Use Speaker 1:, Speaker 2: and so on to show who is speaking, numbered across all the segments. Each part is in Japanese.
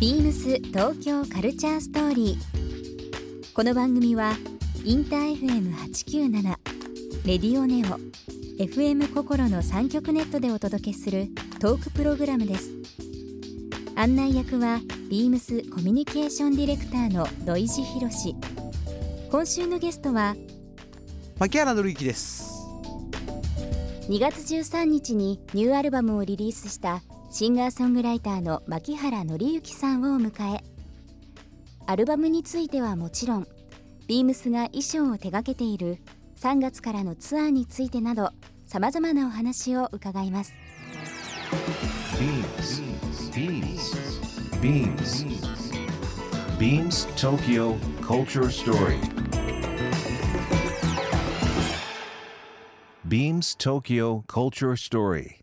Speaker 1: ビームス東京カルチャーストーリー。この番組はインター FM897 レディオネオ FM 心の三極ネットでお届けするトークプログラムです。案内役はビームスコミュニケーションディレクターの土井博志。今週のゲストは
Speaker 2: 牧原紀之です。
Speaker 1: 2月13日にニューアルバムをリリースしたシンガーソングライターの牧原紀之さんをお迎えアルバムについてはもちろん beams が衣装を手掛けている3月からのツアーについてなどさまざまなお話を伺います
Speaker 3: BeamsBeamsBeamsTokyo Culture StoryBeamsTokyo Culture Story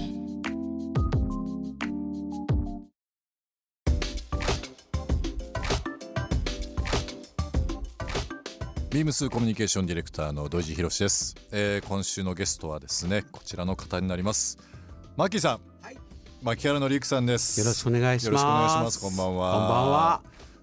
Speaker 4: ー
Speaker 5: ビームスコミュニケーションディレクターの土井博史です、えー、今週のゲストはですねこちらの方になりますマッキーさん、はい、牧原のりさんです
Speaker 6: よろしくお願いしますよろしくお
Speaker 5: 願いしますこんばんは
Speaker 6: こんばんは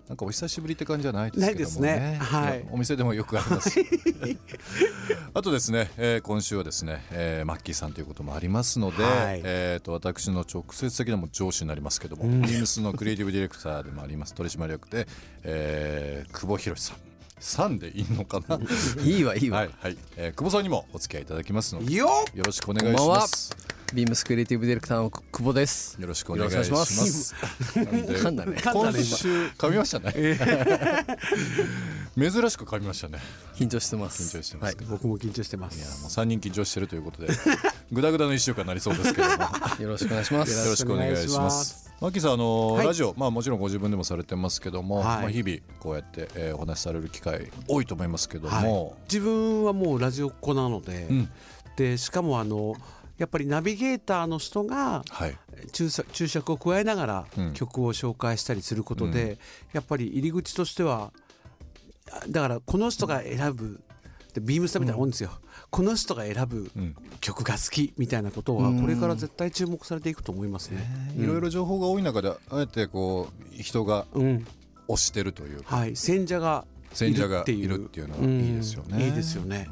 Speaker 5: なんかお久しぶりって感じじゃないですけど、
Speaker 6: で
Speaker 5: ね、
Speaker 6: すねはい、
Speaker 5: お店でもよくあります あとですね、えー、今週はですね、えー、マッキーさんということもありますので、はい、えーと、と私の直接的なも上司になりますけども、うん、ビームスのクリエイティブディレクターでもあります取締役で、えー、久保博さんさんでいいのかな
Speaker 6: いいわいいわ。
Speaker 5: はい、はい、えー、久保さんにもお付き合いいただきますのでよろしくお願いします。
Speaker 7: ビームスクリエイティブディレクターの久保です。
Speaker 5: よろしくお願いします。
Speaker 7: 噛んだね。
Speaker 5: 今週噛みましたね。珍しく噛みましたね。
Speaker 7: 緊張してます。
Speaker 5: 緊張してます、はい、
Speaker 6: 僕も緊張してます。い
Speaker 5: やもう三人緊張してるということで、ぐだぐだの一週間なりそうですけども。
Speaker 7: よろしくお願いします。
Speaker 5: よろしくお願いします。マキさん、あのーはい、ラジオ、まあ、もちろんご自分でもされてますけども、はい、まあ、日々こうやって、えー、お話しされる機会多いと思いますけども、はい、
Speaker 6: 自分はもうラジオっ子なので,うん、でしかもあのやっぱりナビゲーターの人が注釈,、を加えながら曲を紹介したりすることで、うん、やっぱり入り口としてはだからこの人が選ぶ、でビームスタみたいなもんですよ、うん、この人が選ぶ曲が好きみたいなことはこれから絶対注目されていくと思いますね、
Speaker 5: いろいろ情報が多い中であえてこう人が推してるという、うん、
Speaker 6: はい選者が
Speaker 5: 選者がいるっていうのはいいですよね、
Speaker 6: いいですよね、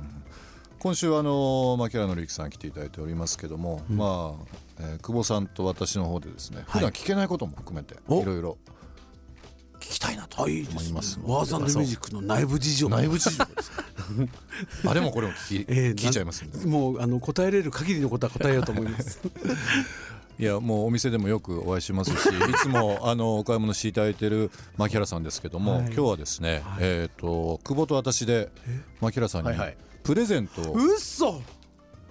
Speaker 5: 今週あの牧原紀之さん来ていただいておりますけども、うん、まあ、えー、久保さんと私の方でですね、はい、普段聞けないことも含めていろいろ聞きたいなと思います
Speaker 6: ワーザンドミュージックの内部事情
Speaker 5: 内部事情ですあれもこれも聞き、 えー、聞いちゃいます
Speaker 6: もうあの答えれる限りのことは答えようと思います
Speaker 5: いやもうお店でもよくお会いし ますしいつもあのお買い物していただいてる牧原さんですけども、はい、今日はですね、はい、えっ、ー、と久保と私で牧原さんにプレゼントを、
Speaker 6: はいはい、うっそ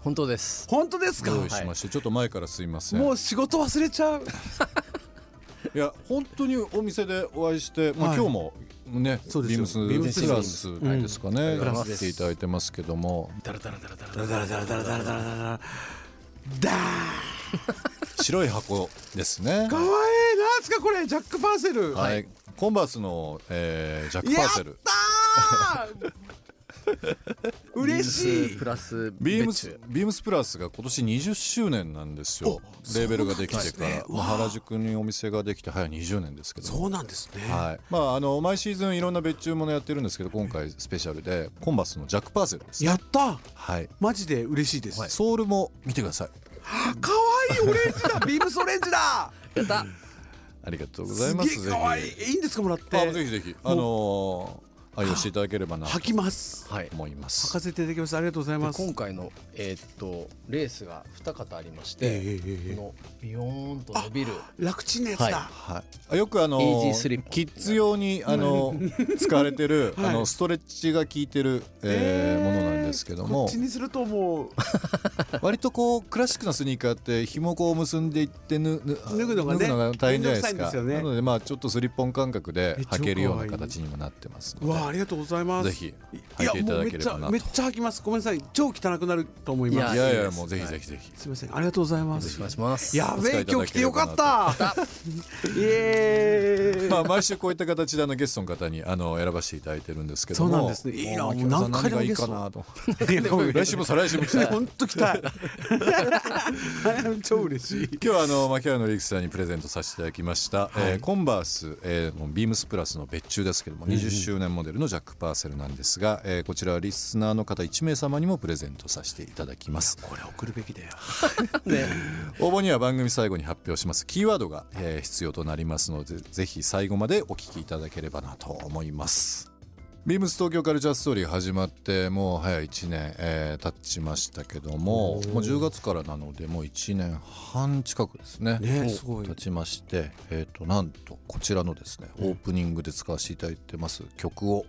Speaker 7: 本当です
Speaker 6: 本当ですか
Speaker 5: 用意しまして、はい、ちょっと前からすいません
Speaker 6: もう仕事忘れちゃう
Speaker 5: いや本当にお店でお会いして、まあ、今日もね、はい、ビームスビームスプラスですかね、うん、やらせていただいてますけども
Speaker 6: ダラダラダラダラダラダラダラダラダラダラダ
Speaker 5: ー白い箱ですね
Speaker 6: かわいいなんすかこれジャックパーセル
Speaker 5: はいコンバースの、えー、ジャックパーセル
Speaker 6: やったー嬉しい
Speaker 7: プラス
Speaker 5: ビームスビームスプラスが今年20周年なんですよレーベルができてから、ね、原宿にお店ができて早20年ですけど
Speaker 6: そうなんですね、
Speaker 5: はい、まああの毎シーズンいろんな別注ものやってるんですけど今回スペシャルでコンバスのジャックパーセルです
Speaker 6: やった
Speaker 5: はい
Speaker 6: マジで嬉しいです、はい、
Speaker 5: ソールも見てください
Speaker 6: 可愛いいオレンジだビームスオレンジだ
Speaker 7: やった
Speaker 5: ありがとうございます
Speaker 6: すげ可愛いいいんですかもらって
Speaker 5: ぜひぜひあのー愛用していただければな
Speaker 6: 履きます
Speaker 5: はい思います
Speaker 6: 履かせていただきますありがとうございます
Speaker 7: 今回のえー、っとレースが2型ありまして、えー、このビヨーンと伸びる
Speaker 6: 楽ちんのやつだ、はい
Speaker 5: はい、よくあのキッズ用にあの使われてる、 はい、あのストレッチが効いてる、えー、えー、ものなんですけども
Speaker 6: こっちにするともう
Speaker 5: 割とこうクラシックなスニーカーって紐こう結んでいってぬ
Speaker 6: ぬ脱ぐのが、ね、
Speaker 5: 脱ぐのが大変じゃないですか、ね、なのでまあちょっとスリッポン感覚で履けるような形にもなってますので
Speaker 6: ありがとうございます
Speaker 5: ぜひ履いていただければ
Speaker 6: いや
Speaker 5: な
Speaker 6: もう
Speaker 5: と
Speaker 6: めっちゃめっちゃ履きますごめんなさい超汚くなると思います
Speaker 5: いやいやもうぜひぜひぜひ
Speaker 6: すみませんありがとうございま
Speaker 7: ろしくお
Speaker 6: す
Speaker 7: 願いします
Speaker 6: や
Speaker 5: お
Speaker 6: べ
Speaker 5: 使い
Speaker 6: え
Speaker 5: いた
Speaker 6: 今
Speaker 5: だければなと
Speaker 6: 日来てよかった イエーイ
Speaker 5: まあ毎週こういった形であのゲストの方にあの選ばせていただいてるんですけども
Speaker 6: そうなんですねいいな
Speaker 5: もう
Speaker 6: もう何回でも
Speaker 5: 秋
Speaker 6: ゲス
Speaker 5: 葉
Speaker 6: ト
Speaker 5: さん何がいいかな
Speaker 6: い
Speaker 5: と
Speaker 6: やごめん
Speaker 5: 来週も再来週も 来たい
Speaker 6: 本当来た い超嬉しい
Speaker 5: 今日はあの牧原のりきさんにプレゼントさせていただきました、えーコンバース、えーのビームスプラスの別注ですけども、20周年モデルのジャック・パーセルなんですが、えーこちらはリスナーの方1名様にもプレゼントさせていただきます
Speaker 6: これ送るべきだよ
Speaker 5: 応募には番組最後に発表しますキーワードが、えー必要となりますのでぜひ最後までお聞きいただければなと思いますビームス東京カルチャーストーリー始まってもう早い1年、えー経ちましたけどももう10月からなのでもう1年半近くですね
Speaker 6: ねすごい
Speaker 5: 経ちまして、えー、となんとこちらのですねオープニングで使わせていただいてます曲を、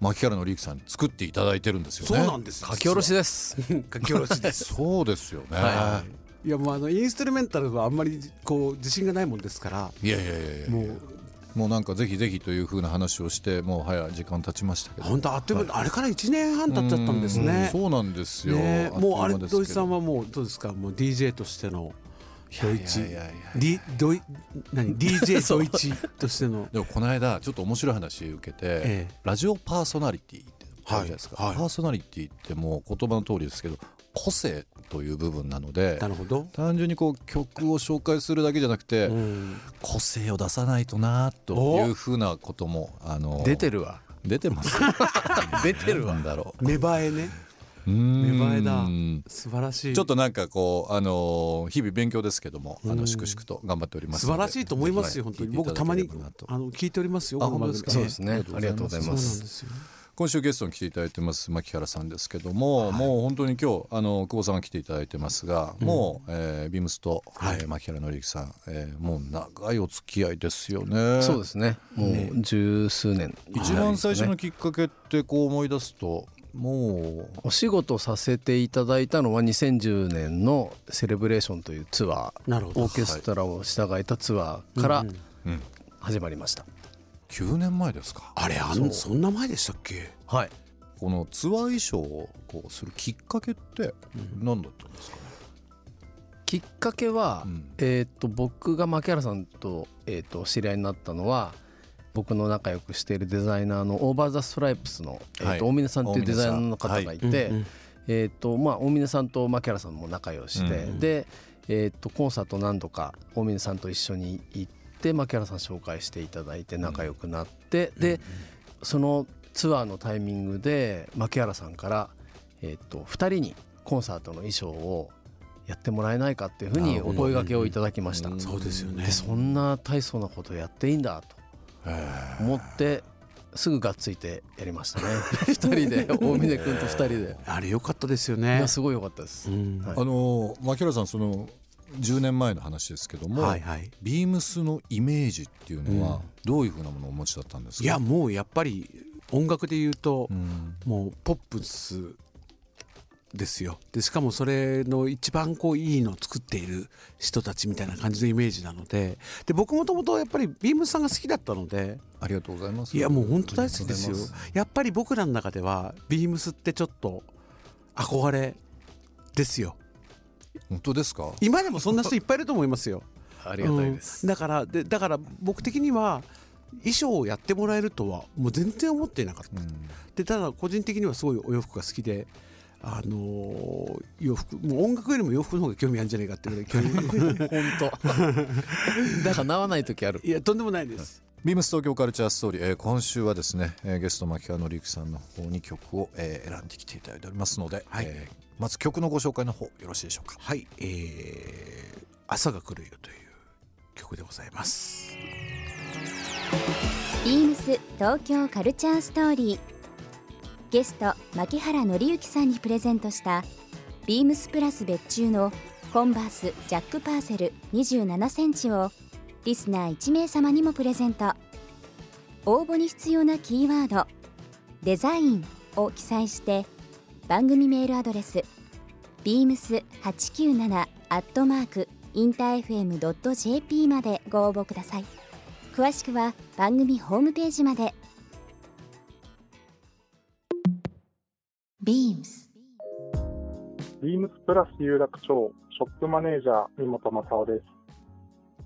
Speaker 5: 牧原のりゆきさんに作っていただいてるんですよ
Speaker 6: そ
Speaker 5: ね
Speaker 6: うなんです
Speaker 5: 書
Speaker 7: 書き下ろしです書き下ろし です
Speaker 5: そうですよね、
Speaker 7: はい
Speaker 6: やもうあのインストゥルメンタルはあんまりこう自信がないもんですから
Speaker 5: い、いやいやいやいや
Speaker 6: もう
Speaker 5: もうなんかぜひぜひというふうな話をしてもう早い時間経ちましたけど
Speaker 6: 本当あっという間に、あれから一年半経っちゃったんです
Speaker 5: うん
Speaker 6: ね。
Speaker 5: そうなんですよ、
Speaker 6: ねもうあれ
Speaker 5: っとい間ですけど
Speaker 6: 土井さんはもうどうですかもう DJ としてのドイチ
Speaker 5: いやいやいやいや
Speaker 6: D ドイ 何 DJ ドイチとしての
Speaker 5: でもこの間ちょっと面白い話受けて、
Speaker 6: ええ
Speaker 5: ラジオパーソナリティってあるじゃないですか、
Speaker 6: はいはい
Speaker 5: パーソナリティってもう言葉の通りですけど個性という部分なので
Speaker 6: なるほど。
Speaker 5: 単純にこう曲を紹介するだけじゃなくて、
Speaker 6: うん
Speaker 5: 個性を出さないとなというふうなこともあの
Speaker 7: 出てるわ
Speaker 5: 出てます 出てるわなんだろ
Speaker 6: 芽生えね
Speaker 5: う芽
Speaker 6: 芽生えだ素晴らしい。
Speaker 5: ちょっとなんかこう、あのー日々勉強ですけども、あの粛々と頑張っております
Speaker 6: 素
Speaker 5: ので。
Speaker 6: 晴らしいと思いますよ
Speaker 5: は
Speaker 6: 本
Speaker 5: い
Speaker 6: 当に僕たまに
Speaker 5: 聞いていだければなと
Speaker 6: あの聞いておりますよ
Speaker 5: あ
Speaker 6: この番組
Speaker 5: 本当ですか
Speaker 7: そうですね
Speaker 5: ええ
Speaker 7: ありがとうござい
Speaker 6: そうな
Speaker 7: ま
Speaker 6: ん
Speaker 7: す
Speaker 6: ですよ。
Speaker 5: 今週ゲストに来ていただいてます牧原さんですけども、もう本当に今日あの久保さんが来ていただいてますが、もう、えービームスと、えー牧原紀之さん、えーもう長いお付き合いですよね。
Speaker 7: そうですねもう十数年
Speaker 5: 一番最初のきっかけってこう思い出すと、もう
Speaker 7: お仕事させていただいたのは2010年の「セレブレーション」というツアー
Speaker 6: なるほど
Speaker 7: オーケストラを従えたツアーから
Speaker 5: うん
Speaker 7: 始まりました、
Speaker 5: 9年前ですか。
Speaker 6: あれあんそんな前でしたっけ？
Speaker 7: はい
Speaker 5: このツアー衣装をこうするきっかけって何だったんですかね。
Speaker 7: きっかけは、
Speaker 5: うん
Speaker 7: えー、と僕が牧原さんと,、えー、と知り合いになったのは僕の仲良くしているデザイナーのオーバー・ザ・ストライプスの、えーと
Speaker 5: はい
Speaker 7: 大峰さんっていうデザイナーの方がいて、
Speaker 6: うんうん
Speaker 7: えーとまあ、大峰さんと牧原さんも仲良しで、
Speaker 5: うん
Speaker 7: で、えー、とコンサート何度か大峰さんと一緒に行って牧原さん紹介していただいて仲良くなって、で、そのツアーのタイミングで牧原さんから、えー、と2人にコンサートの衣装をやってもらえないかっていうふうにお声掛けをいただきました。
Speaker 6: そうですよね
Speaker 7: で。そんな大層なことやっていいんだと思ってすぐがっついてやり ましたね二人で大峰君と二人で
Speaker 6: あれ良かったですよ
Speaker 7: い
Speaker 6: ね
Speaker 7: や。すごい良かったです、
Speaker 6: うん
Speaker 7: はい
Speaker 5: あのー牧原さんその10年前の話ですけども、
Speaker 6: はいはい。
Speaker 5: ビームスのイメージっていうのはどういうふうなものをお持ちだったんですか
Speaker 6: いやもうやっぱり音楽で言うと、
Speaker 5: うん
Speaker 6: もうポップスですよでしかもそれの一番こういいのを作っている人たちみたいな感じのイメージなのでで僕もともとやっぱりビームスさんが好きだったので
Speaker 5: ありがとうございます
Speaker 6: いやもう本当大好きですよ
Speaker 5: ありがとうござい
Speaker 6: やっぱり僕らの中ではビームスってちょっと憧れですよ
Speaker 5: ます本当ですか
Speaker 6: 今でもそんな人いっぱいいると思いますよ
Speaker 7: ありがたいです、
Speaker 6: うんだからでだから僕的には衣装をやってもらえるとはもう全然思っていなかった、でただ個人的にはすごいお洋服が好きで。あのー洋服もう音楽よりも洋服の方が興味あるんじゃないかって いうぐらい興味
Speaker 7: 本当 だからなわない時ある
Speaker 6: いやとんでもないです
Speaker 5: ビームス東京カルチャーストーリー、えー今週はですね、えーゲスト牧原紀之さんの方に曲を、えー選んできていただいておりますので、
Speaker 6: はい
Speaker 5: えーまず曲のご紹介の方よろしいでしょうか
Speaker 6: はいえー「朝が来るよ」という曲でございます
Speaker 1: ビームス東京カルチャーストーリーゲスト牧原紀之さんにプレゼントしたビームスプラス別注のコンバースジャックパーセル27センチをリスナー1名様にもプレゼント応募に必要なキーワード「デザイン」を記載して番組メールアドレス beams897 アットマークインター FM.jp までご応募ください詳しくは番組ホームページまで
Speaker 4: Beams
Speaker 8: ビームスプラス有楽町ショップマネージャー三本正夫です。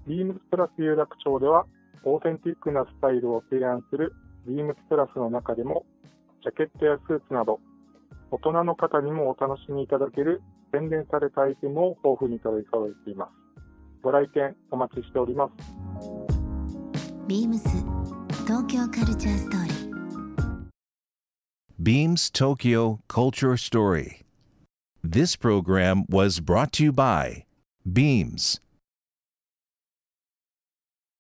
Speaker 8: ビームスプラス有楽町ではオーセンティックなスタイルを提案するビームスプラスの中でもジャケットやスーツなど大人の方にもお楽しみいただける洗練されたアイテムを豊富に取り揃えています。ご来店お待ちしております。
Speaker 4: Beams 東京カルチャーストーリー
Speaker 3: Beams Tokyo Culture Story. This program was brought to you by Beams.